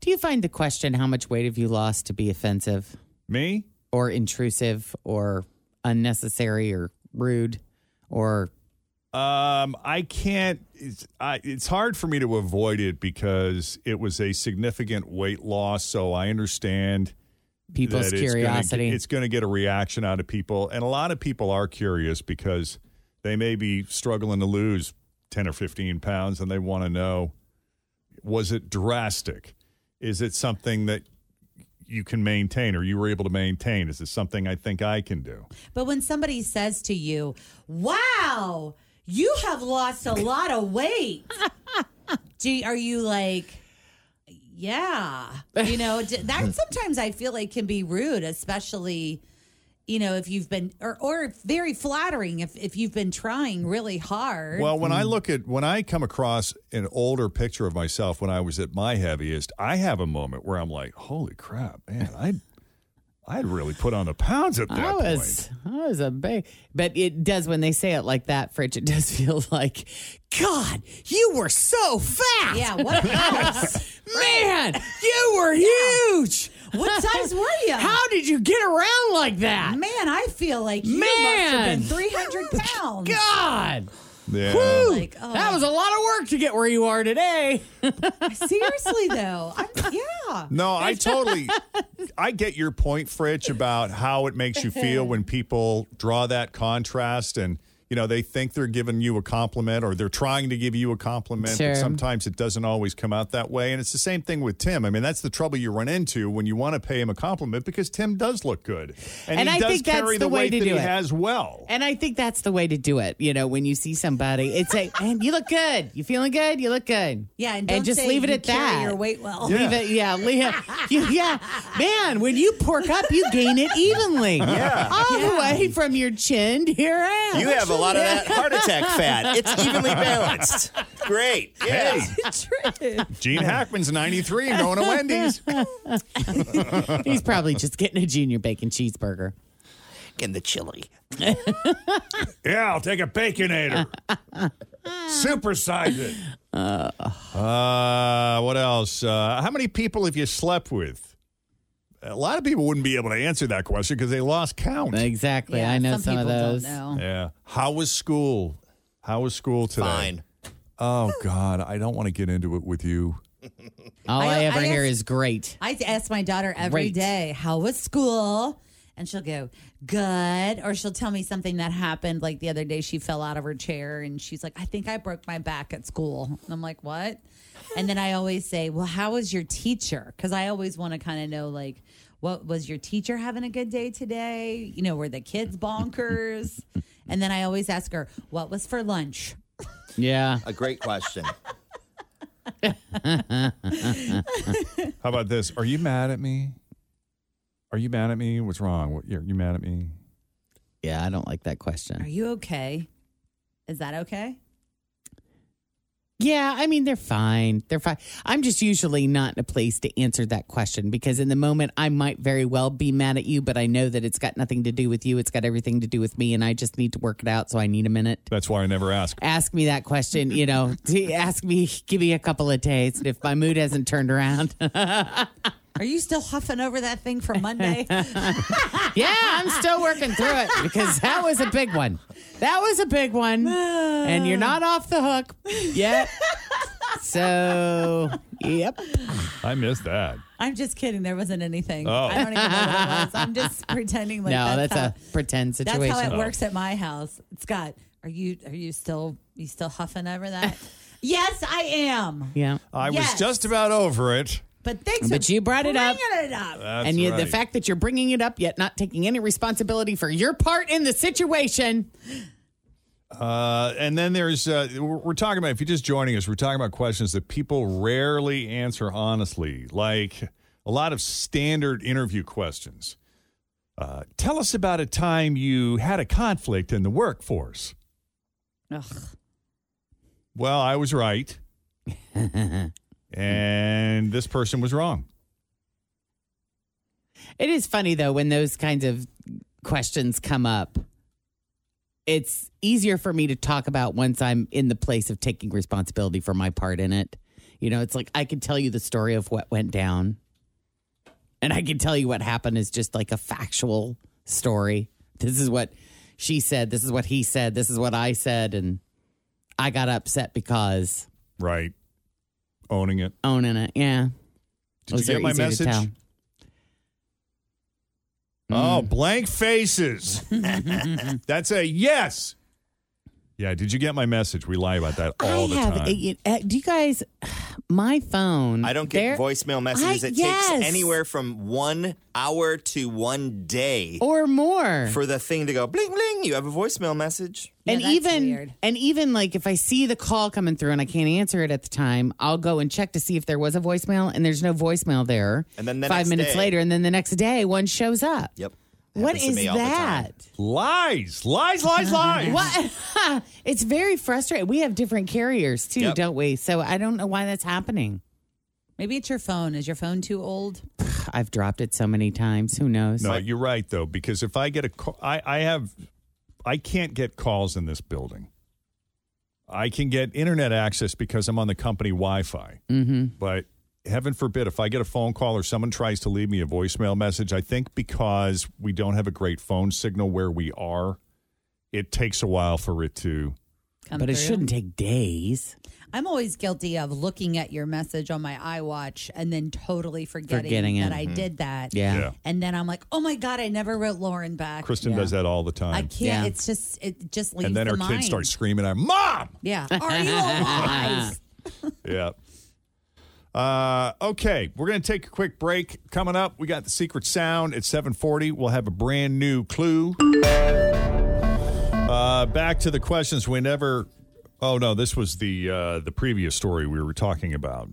Do you find the question "How much weight have you lost?" to be offensive,
Me?
or intrusive, or unnecessary, or rude, or
Um, I can't. It's, I, it's hard for me to avoid it because it was a significant weight loss. So I understand
People's
that it's gonna
curiosity.
get- It's going to get a reaction out of people, and a lot of people are curious because they may be struggling to lose ten or fifteen pounds, and they want to know: Was it drastic? Is it something that you can maintain, or you were able to maintain? Is it something I think I can do?
But when somebody says to you, wow, you have lost a lot of weight, do you- are you like, yeah, you know, d- that sometimes I feel like can be rude, especially, you know, if you've been, or, or very flattering if, if you've been trying really hard.
Well, when I
Mm-hmm.
look at when I come across an older picture of myself when I was at my heaviest, I have a moment where I'm like, "Holy crap, man! I I had really put on the pounds at that
I
point.
was, I was a babe. But it does when they say it like that, Fridge. It does feel like, God, you were so fat.
Yeah, what a house.
man, you were huge.
What size were you?
How did you get around like that?
Man, I feel like you must have
Man.
been 300 pounds.
God.
Yeah.
Whew.
Like, oh.
That was a lot of work to get where you are today.
Seriously, though. I'm, yeah.
No, I totally I get your point, Fritch, about how it makes you feel when people draw that contrast and you know, they think they're giving you a compliment or they're trying to give you a compliment,
Sure.
but sometimes it doesn't always come out that way. And it's the same thing with Tim. I mean, that's the trouble you run into when you want to pay him a compliment because Tim does look good. And,
And
he
I
does
think that's
carry
the way
weight
to
that
do
he
it.
has well.
And I think that's the way to do it. You know, when you see somebody, it's like, man, you look good. You feeling good? You look good.
Yeah, and, don't
just
say
leave it
you
at
carry
that.
Your weight well.
Leave it, yeah, leave it. You, yeah, man. When you pork up, you gain it evenly,
Yeah.
all the way from your chin to your ass.
You have a lot of that heart attack fat. It's evenly balanced. Great. Yeah.
Gene Hackman's 93 and going to Wendy's.
He's probably just getting a junior bacon cheeseburger.
Getting the chili.
Yeah, I'll take a baconator. Supersize it. Uh, what else? Uh, how many people have you slept with? A lot of people wouldn't be able to answer that question because they lost count.
Exactly. Yeah, I know some some of people don't those. know.
Yeah. How was school? How was school today?
Fine.
Oh God, I don't want to get into it with you.
All I,
I-
ever
I
hear
asked-
is great.
I ask my daughter every
Great.
day, how was school? And she'll go, good. Or she'll tell me something that happened. Like the other day, she fell out of her chair and she's like, I think I broke my back at school. And I'm like, what? And then I always say, well, how was your teacher? Because I always want to kind of know, like, what was your teacher having a good day today? You know, were the kids bonkers? and then I always ask her, what was for lunch?
Yeah.
A great question.
How about this? Are you mad at me? Are you mad at me? What's wrong? What, you're, you mad at me?
Yeah, I don't like that question.
Are you okay? Is that okay?
Yeah, I mean they're fine. They're fine. I'm just usually not in a place to answer that question because in the moment I might very well be mad at you, but I know that it's got nothing to do with you. It's got everything to do with me, and I just need to work it out. So I need a minute.
That's why I never ask.
Ask me that question. You know, t- ask me. Give me a couple of days. And if my mood hasn't turned around, yeah,
Are you still huffing over that thing from Monday?
I'm still working through it because that was a big one. That was a big one, and you're not off the hook yet. So, yep.
I missed that.
I'm just kidding. There wasn't anything.
Oh.
I don't even know what it was. I'm just pretending like
no, that's,
that's, how,
a pretend situation.
That's how it works at my house. Scott, are you are you still you still huffing over that? yes, I am.
Yeah.
I
Yes.
was just about over it.
But thanks.
But
for
you brought it up.
bringing it up.
That's
and you, the
right.
fact that you're bringing it up yet not taking any responsibility for your part in the situation.
Uh, and then there's uh, we're we're talking about if you're just joining us, we're talking about questions that people rarely answer honestly, like a lot of standard interview questions. Uh, tell us about a time you had a conflict in the workforce.
Ugh.
Well, I was right, and this person was wrong.
It is funny though when those kinds of questions come up. It's easier for me to talk about once I'm in the place of taking responsibility for my part in it. You know, it's like I can tell you the story of what went down. And I can tell you what happened is just like a factual story. This is what she said, this is what he said, this is what I said and I got upset because
Right, owning it.
owning it. Yeah.
Did
Those
you
are
get my
easier to
message?
tell.
Oh,
Mm.
blank faces. That's a yes. Yeah, did you get my message? We lie about that all the
I have.
time.
it- it- do you guys? My phone.
I don't get
there-
voicemail messages.
I-
it
yes.
takes anywhere from one hour to one day
or more
for the thing to go bling bling. You have a voicemail message.
and even and even like if I see the call coming through and I can't answer it at the time, I'll go and check to see if there was a voicemail, and there's no voicemail there.
And then the
five
next
minutes
day-
later, and then the next day, one shows up.
Yep.
What
Happens to
is
me all the time.
that?
Lies, lies, lies, lies.
What? it's very frustrating. We have different carriers too,
Yep.
don't we? So I don't know why that's happening.
Maybe it's your phone. Is your phone too old?
I've dropped it so many times. Who knows?
No, you're right though, because if I get a call, I, I have, I can't get calls in this building. I can get internet access because I'm on the company Wi-Fi.
Mm-hmm.
But heaven forbid if I get a phone call or someone tries to leave me a voicemail message, I think because we don't have a great phone signal where we are, it takes a while for it to.
Come But it through? shouldn't
take days.
I'm always guilty of looking at your message on my iWatch and then totally forgetting,
Forgetting it.
that I
Mhm.
did that.
Yeah. Yeah.
And then I'm like, oh my God, I never wrote Lauren back.
Kristen
Yeah.
does that all the time.
I can't. It's just, it just leaves
Um, and then
the
our
mind.
kids start screaming at mom.
Yeah. Are you alive?
yeah. Uh, okay, we're going to take a quick break. Coming up, we got the secret sound at 740. We'll have a brand new clue. Uh, back to the questions we never. Oh no, this was the uh, the previous story we were talking about.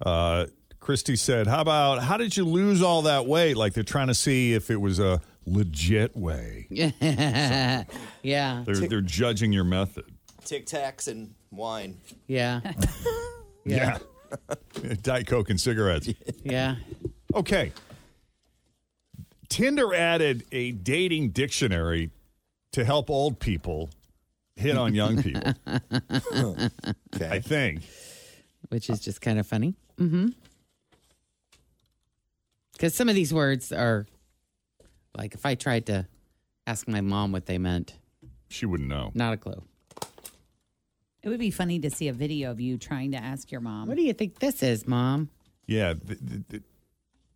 Uh, Christy said, "How about how did you lose all that weight? Like they're trying to see if it was a legit way.
yeah. yeah.
They're they're judging your method.
Tic Tacs and wine.
Yeah.
Yeah. Diet Coke and cigarettes.
Yeah.
Okay. Tinder added a dating dictionary to help old people hit on young people. I think.
Which is just kind of funny. Mm-hmm. Because some of these words are like if I tried to ask my mom what they meant,
she wouldn't know.
Not a clue.
It would be funny to see a video of you trying to ask your mom.
What do you think this is, mom?
Yeah. The, the, the-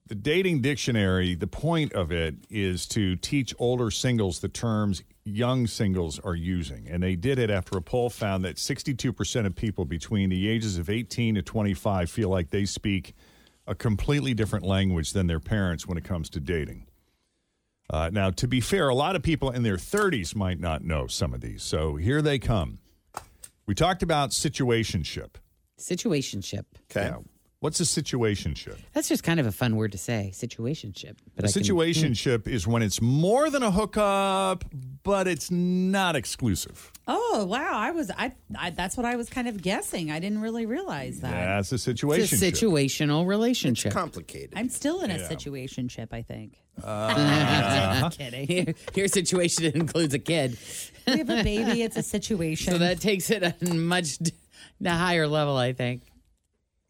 the dating dictionary, the point of it is to teach older singles the terms young singles are using. And they did it after a poll found that 62% of people between the ages of 18 to 25 feel like they speak a completely different language than their parents when it comes to dating. Uh, now, to be fair, a lot of people in their 30s might not know some of these. So here they come. We talked about situationship.
Situationship.
Okay. What's a situationship?
That's just kind of a fun word to say, situationship.
a
I can- Mm.
situationship is when it's more than a hookup, but it's not exclusive.
Oh wow! I was I, I that's what I was kind of guessing. I didn't really realize that.
That's a
It's a
situation.
situational relationship.
complicated.
I'm still in a
Yeah.
situationship. I think.
Uh-huh.
Just kidding.
Your- Your situation includes a kid.
We have a baby. It's a situation.
So that takes it a much d- a higher level, I think.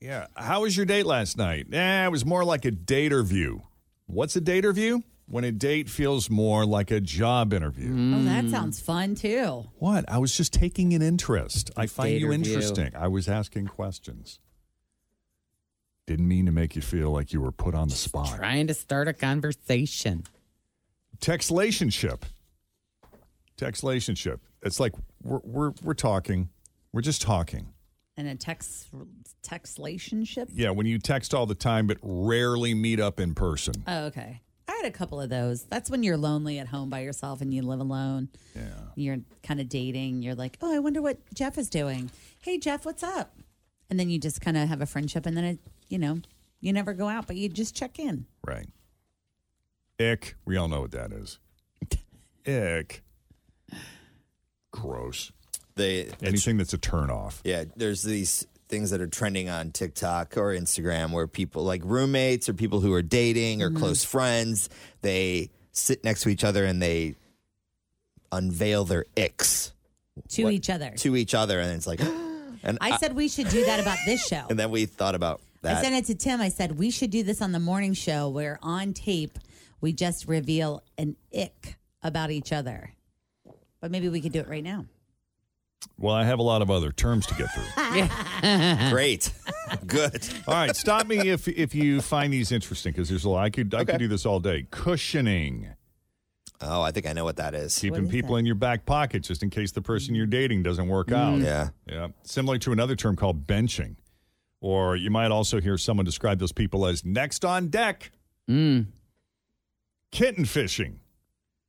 yeah. How was your date last night? Eh, it was more like a date interview. What's a date interview? When a date feels more like a job interview.
Oh, that sounds fun too.
What? I was just taking an interest. I find
Date
you
interview.
interesting. I was asking questions. Didn't mean to make you feel like you were put on the spot.
Trying to start a conversation.
Textlationship. Textlationship. It's like we're we're we're talking. We're just talking.
And a text text relationship.
Yeah, when you text all the time but rarely meet up in person.
Oh, okay. I had a couple of those. That's when you're lonely at home by yourself and you live alone. Yeah. You're kind of dating. You're like, oh, I wonder what Jeff is doing. Hey, Jeff, what's up? And then you just kind of have a friendship, and then it, you know, you never go out, but you just check in.
Right. Ick. We all know what that is. Ick. Gross.
They
Anything that's a turnoff.
Yeah, there's these things that are trending on TikTok or Instagram where people like roommates or people who are dating or
Mm-hmm.
Mhm.
close friends, they sit next to each other and they unveil their icks
To each other.
to each other and it's like and
I said we should do that about this show.
and then we thought about that.
I sent it to Tim. I said we should do this on the morning show where on tape we just reveal an ick about each other. But maybe we could do it right now.
Well, I have a lot of other terms to get through.
Great. Good.
All right, stop me if if you find these interesting because there's a lot. I could I could do this all day. Cushioning.
Oh, I think I know what that is.
Keeping people in your back pocket just in case the person you're dating doesn't work out.
Mm. Yeah.
Yeah. Similar to another term called benching. Or you might also hear someone describe those people as next on deck.
Mm.
Kitten fishing.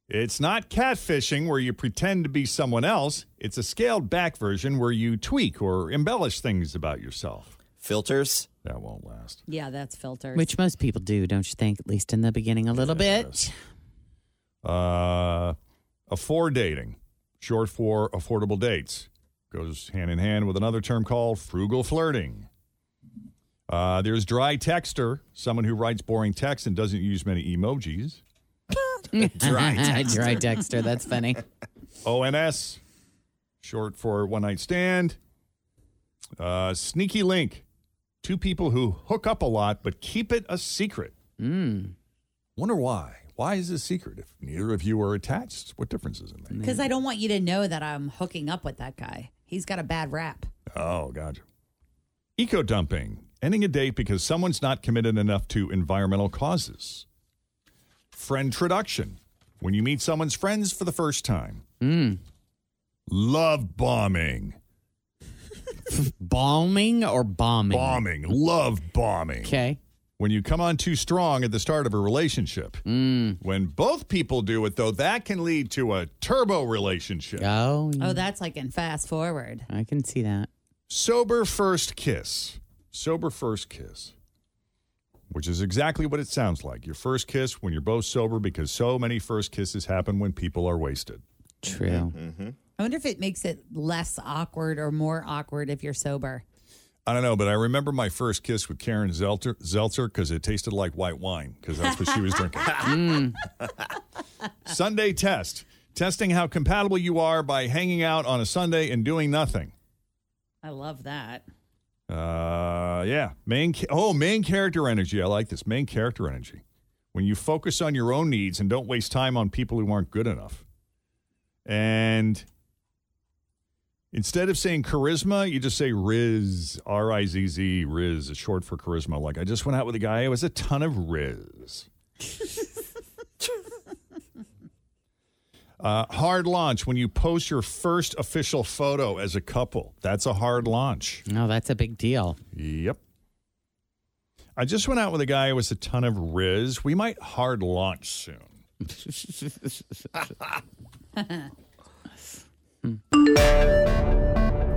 It's not catfishing where you pretend to be someone else. It's a scaled back version where you tweak or embellish things about yourself.
Filters.
That won't last.
Yeah, that's filtered.
Which most people do, don't you think? At least in the beginning, a little bit.
Uh, afford dating, short for affordable dates, goes hand in hand with another term called frugal flirting. Uh, there's dry texter, someone who writes boring text and doesn't use many emojis.
Dry texter. Dry texter, that's funny.
ONS, short for one night stand. Uh, sneaky link, two people who hook up a lot but keep it a secret.
Mm.
Wonder why? Why is this secret? If neither of you are attached, what difference is it make?
Because I don't want you to know that I'm hooking up with that guy. He's got a bad rap.
Oh, gotcha. Eco dumping, ending a date because someone's not committed enough to environmental causes. Friend traduction, when you meet someone's friends for the first time.
Mm.
Love bombing.
bombing or bombing?
Bombing. Love bombing.
Okay.
When you come on too strong at the start of a relationship. When both people do it, though, that can lead to a turbo relationship.
Oh,
Oh, that's like in fast forward.
I can see that.
Sober first kiss. Sober first kiss. Which is exactly what it sounds like. Your first kiss when you're both sober because so many first kisses happen when people are wasted.
True.
Mm-hmm.
I wonder if it makes it less awkward or more awkward if you're sober.
I don't know, but I remember my first kiss with Karen Zelter Zeltzer because it tasted like white wine because that's what she was drinking. Sunday test. Testing how compatible you are by hanging out on a Sunday and doing nothing.
I love that.
Uh, yeah. Main ca- oh, main character energy. I like this. Main character energy. When you focus on your own needs and don't waste time on people who aren't good enough. And instead of saying charisma, you just say Riz, R I Z Z, Riz is short for charisma. Like, I just went out with a guy, it was a ton of Riz. Uh, hard launch when you post your first official photo as a couple. That's a hard launch.
No, Oh, that's a big deal.
Yep. I just went out with a guy who was a ton of Riz. We might hard launch soon.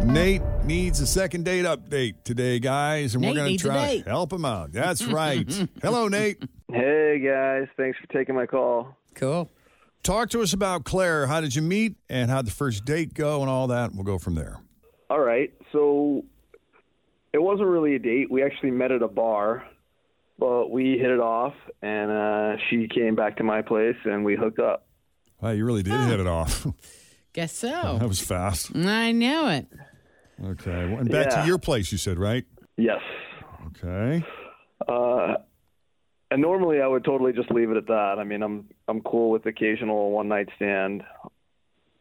Nate needs a second date update today, guys, and
Nate
we're going
needs
to
a
try
date.
help him out. That's right. Hello, Nate.
Hey guys, thanks for taking my call.
Cool.
Talk to us about Claire. How did you meet, and how would the first date go, and all that? We'll go from there.
All right, so it wasn't really a date. We actually met at a bar, but we hit it off, and uh, she came back to my place, and we hooked up.
Wow, you really did hit it off.
Guess
Uh-huh.
so.
that was fast.
I know it.
Okay, and back
Yeah.
to your place, you said, right?
Yes.
Okay.
Uh, and normally I would totally just leave it at that. I mean, I'm I'm cool with occasional one night stand,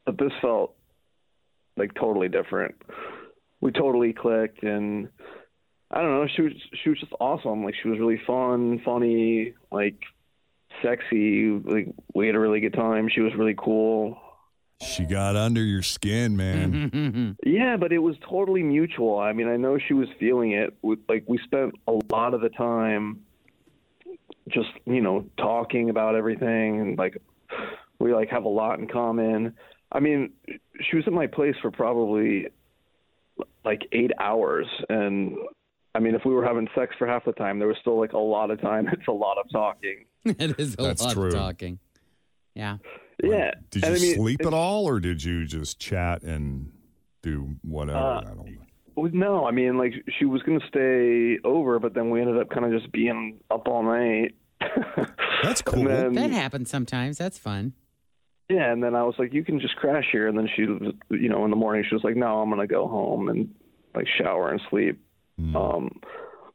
but this felt like totally different. We totally clicked, and I don't know. She was she was just awesome. Like she was really fun, funny, like sexy. Like we had a really good time. She was really cool.
She got under your skin,
Mm-hmm.
man.
Yeah, but it was totally mutual. I mean, I know she was feeling it. We, like we spent a lot of the time just, you know, talking about everything and like we like have a lot in common. I mean, she was at my place for probably like 8 hours and I mean, if we were having sex for half the time, there was still like a lot of time. It's a lot of talking.
it is a
That's
lot
true.
of talking. Yeah.
Yeah.
Did you
And I mean,
sleep
it-
at all, or did you just chat and do whatever?
Uh, well, No, I mean, like she was gonna stay over, but then we ended up kind of just being up all night.
That's
cool.
Um,
then,
that happens sometimes. That's fun.
yeah, and then I was like, "You can just crash here." And then she, was, you know, in the morning she was like, "No, I'm gonna go home and like shower and sleep." Um,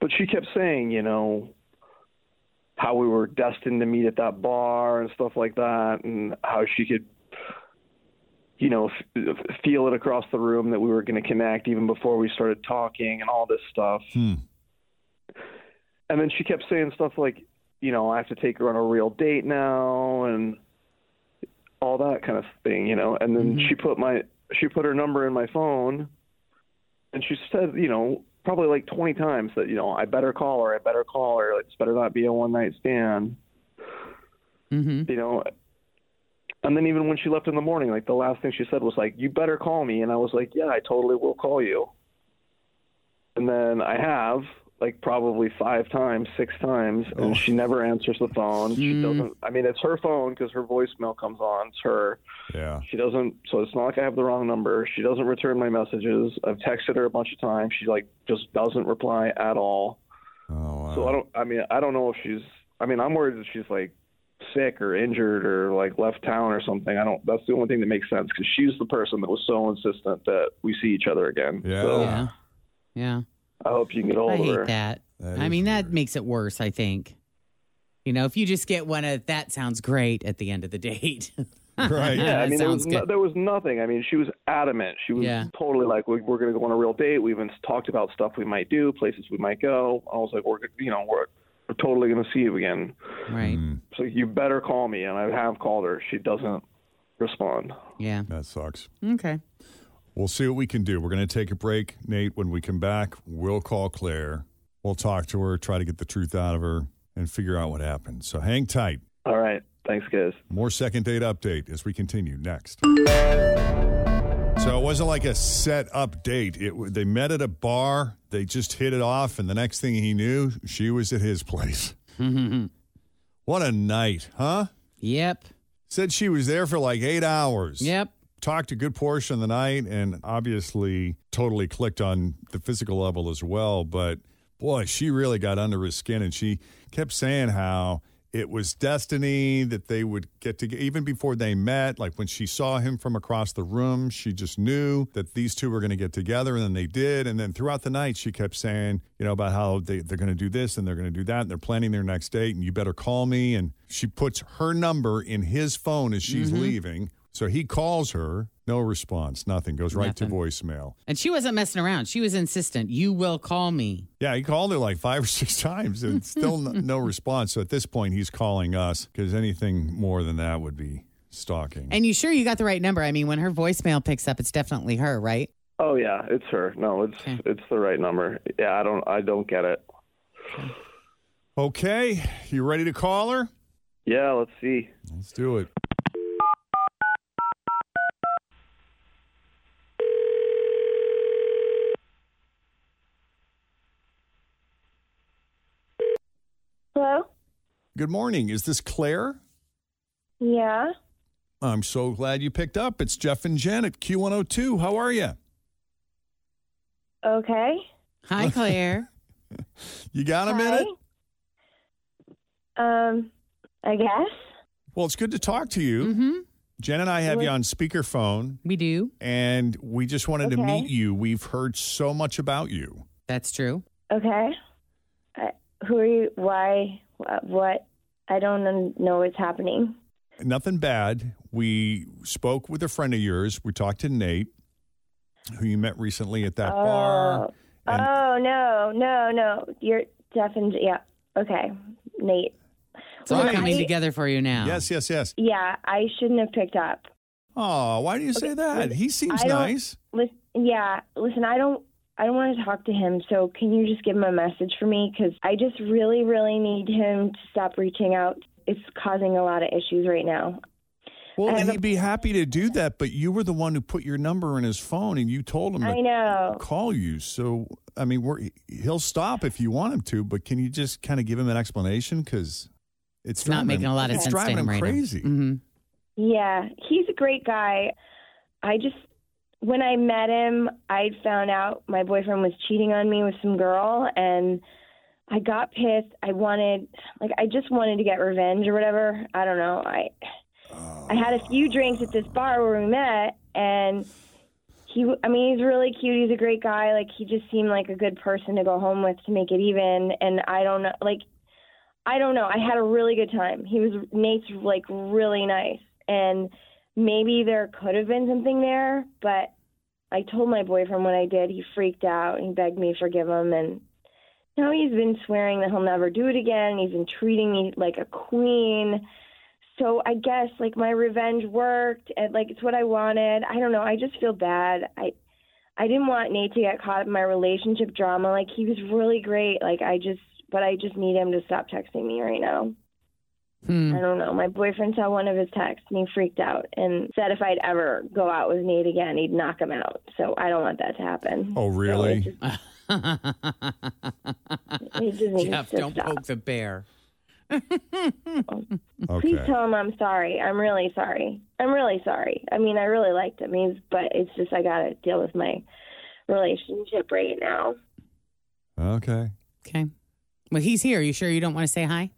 but she kept saying, you know, how we were destined to meet at that bar and stuff like that, and how she could, you know, f- f- feel it across the room that we were going to connect even before we started talking and all this stuff. And then she kept saying stuff like, you know, I have to take her on a real date now and all that kind of thing, you know. And then she put my she put her number in my phone and she said, you know, probably like 20 times that, you know, I better call her, I better call her, it's better not be a one night stand. You know, and then even when she left in the morning, like the last thing she said was like, "You better call me," and I was like, "Yeah, I totally will call you." And then I have like probably five times, six times, and she never answers the phone. She doesn't. I mean, it's her phone because her voicemail comes on. It's her.
Yeah.
She doesn't. So it's not like I have the wrong number. She doesn't return my messages. I've texted her a bunch of times. She like just doesn't reply at all.
Oh,
So I don't. I mean, I don't know if she's. I mean, I'm worried that she's like sick or injured or like left town or something. I don't. That's the only thing that makes sense because she's the person that was so insistent that we see each other again.
Yeah.
So
Yeah. Yeah.
I hope you can get hold
I
of
hate
her.
that. I mean, that makes it worse, I think. You know, if you just get one of that sounds great at the end of the date.
Right. Yeah, I
that
mean, there
sounds
was, no,
good.
there was nothing. I mean, she was adamant. She was
Yeah.
totally like, we, we're going to go on a real date. We even talked about stuff we might do, places we might go. I was like, we're, you know, we're, we're totally going to see you again.
Right.
Hmm.
So you better call me. And I have called her. She doesn't respond.
Yeah.
That sucks.
Okay.
We'll see what we can do. We're going to take a break, Nate. When we come back, we'll call Claire. We'll talk to her, try to get the truth out of her, and figure out what happened. So hang tight.
All right. Thanks, guys.
More second date update as we continue next. So it wasn't like a set up date. It, w- they met at a bar. They just hit it off, and the next thing he knew, she was at his place. what a night, huh?
Yep.
Said she was there for like eight hours.
Yep.
Talked a good portion of the night, and obviously totally clicked on the physical level as well. But boy, she really got under his skin, and she kept saying how. It was destiny that they would get to even before they met. Like when she saw him from across the room, she just knew that these two were going to get together, and then they did. And then throughout the night, she kept saying, you know, about how they, they're going to do this and they're going to do that, and they're planning their next date, and you better call me. And she puts her number in his phone as she's
Mhm.
leaving. So he calls her, no response, nothing, goes right to voicemail.
And she wasn't messing around. She was insistent. You will call me.
Yeah, he called her like five or six times and still n- no response. So at this point, he's calling us because anything more than that would be stalking.
And you sure you got the right number? I mean, when her voicemail picks up, it's definitely her, right?
Oh, yeah. It's her. No, it's, it's the right number. Yeah. I don't, I don't get it.
Okay, you ready to call her?
Yeah. Let's see.
Let's do it.
Hello?
Good morning. Is this Claire?
Yeah.
I'm so glad you picked up. It's Jeff and Jen at Q102. How are you?
Okay.
Hi, Claire.
you got a minute?
Um, I guess.
Well, it's good to talk to you.
Mm-hmm.
Jen and I have you on speakerphone.
We do.
And we just wanted to
Okay.
meet you. We've heard so much about you.
That's true.
Okay. I, who are you? Why? wh- What? I don't un- know what's happening.
Nothing bad. We spoke with a friend of yours. We talked to Nate, who you met recently at
Uh,
that bar.
oh, no, no, no. You're definitely, yeah. Okay. Nate.
It's all
Right.
coming together for you now.
Yes, yes, yes.
Yeah, I shouldn't have picked up.
Oh, why do you say that? He seems
I don't-
nice.
Listen, yeah, listen, I don't I don't want to talk to him. So can you just give him a message for me cuz I just really really need him to stop reaching out. It's causing a lot of issues right now.
Well,
I have
he'd be happy to do that, but you were the one who put your number in his phone and you told him
I
to
know.
call you. So, I mean, we're, he'll stop if you want him to, but can you just kind of give him an explanation? Because it's,
It's not
driving
making
him-
a lot of
it's
sense to
driving him
him right now. Mm. Mm-hmm.
crazy.
Yeah, he's a great guy. I just when I met him, I found out my boyfriend was cheating on me with some girl and I got pissed. I wanted like I just wanted to get revenge or whatever. I don't know. I I had a few drinks at this bar where we met and he I mean he's really cute. He's a great guy. Like he just seemed like a good person to go home with to make it even and I don't know like I don't know. I had a really good time. He was Nate's like really nice, and maybe there could have been something there, but I told my boyfriend what I did. He freaked out. He begged me to forgive him, and now he's been swearing that he'll never do it again. He's been treating me like a queen. So I guess like my revenge worked, and like it's what I wanted. I don't know. I just feel bad. I I didn't want Nate to get caught in my relationship drama. Like he was really great. Like I just, but I just need him to stop texting me right now.
Hmm.
I don't know. My boyfriend saw one of his texts and he freaked out and said if I'd ever go out with Nate again, he'd knock him out. So I don't want that to happen.
Oh, really?
He just needs
Jeff,
to
don't
stop.
poke the bear.
Please tell him I'm sorry. I'm really sorry. I'm really sorry. I mean, I really liked him. He's, but it's just I gotta deal with my relationship right now.
Okay.
Okay. Well, he's here. You sure you don't want to say hi?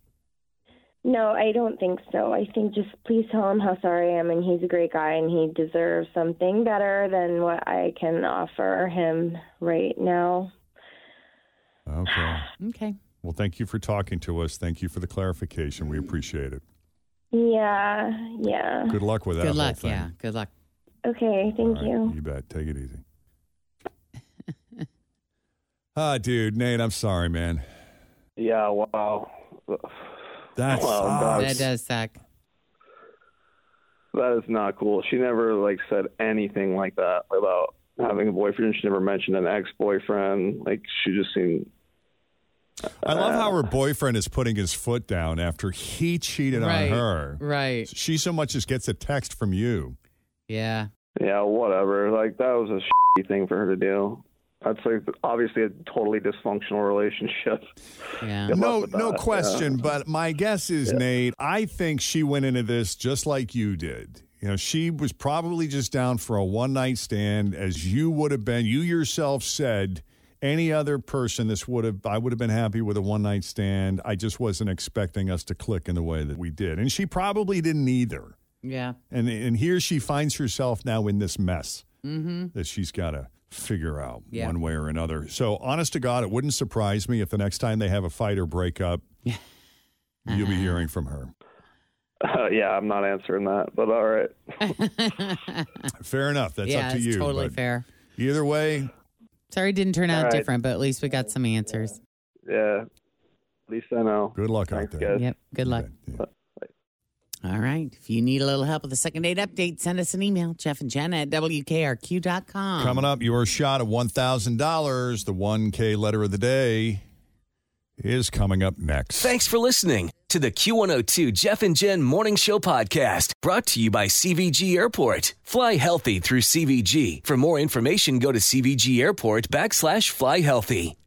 No, I don't think so. I think just please tell him how sorry I am, and he's a great guy, and he deserves something better than what I can offer him right now.
Okay.
Okay.
Well, thank you for talking to us. Thank you for the clarification. We appreciate it.
Yeah, yeah.
Good luck with that.
Good
whole
luck.
thing.
Yeah. Good luck.
Okay, thank
All right,
you.
You bet. Take it easy. Ah, dude, Nate, I'm sorry, man.
Yeah, wow.
That
Wow,
That
that's-
does suck.
That is not cool. She never like said anything like that about having a boyfriend. She never mentioned an ex-boyfriend. Like she just seemed
I love how her boyfriend is putting his foot down after he cheated
Right,
on her.
Right.
She so much as gets a text from you.
Yeah.
yeah, whatever. Like that was a shitty thing for her to do. That's like obviously a totally dysfunctional relationship.
Yeah.
Good luck
No,
with
no
that,
question.
yeah.
But my guess is, Nate, I think she went into this just like you did. You know, she was probably just down for a one night stand, as you would have been. You yourself said, any other person, this would have, I would have been happy with a one night stand. I just wasn't expecting us to click in the way that we did. And she probably didn't either.
Yeah.
And, and here she finds herself now in this mess
Mm-hmm.
that she's got to figure out
Yeah.
one way or another. So, honest to God, it wouldn't surprise me if the next time they have a fight or breakup, you'll be hearing from her.
yeah, I'm not answering that. But all right.
Fair enough. That's
yeah,
up to
it's
you.
totally
but
fair.
Either way.
Sorry, it didn't turn out
All right.
different, but at least we got some answers.
Yeah. At least I know.
Good luck out there.
Yep. Good luck. All right. If you need a little help with the second date update, send us an email, Jeff and Jenna at WKRQ.com.
Coming up, your shot at $1,000. The 1K letter of the day is coming up next.
Thanks for listening to the Q102 Jeff and Jen Morning Show podcast brought to you by CVG Airport. Fly healthy through CVG. For more information, go to CVG Airport backslash fly healthy.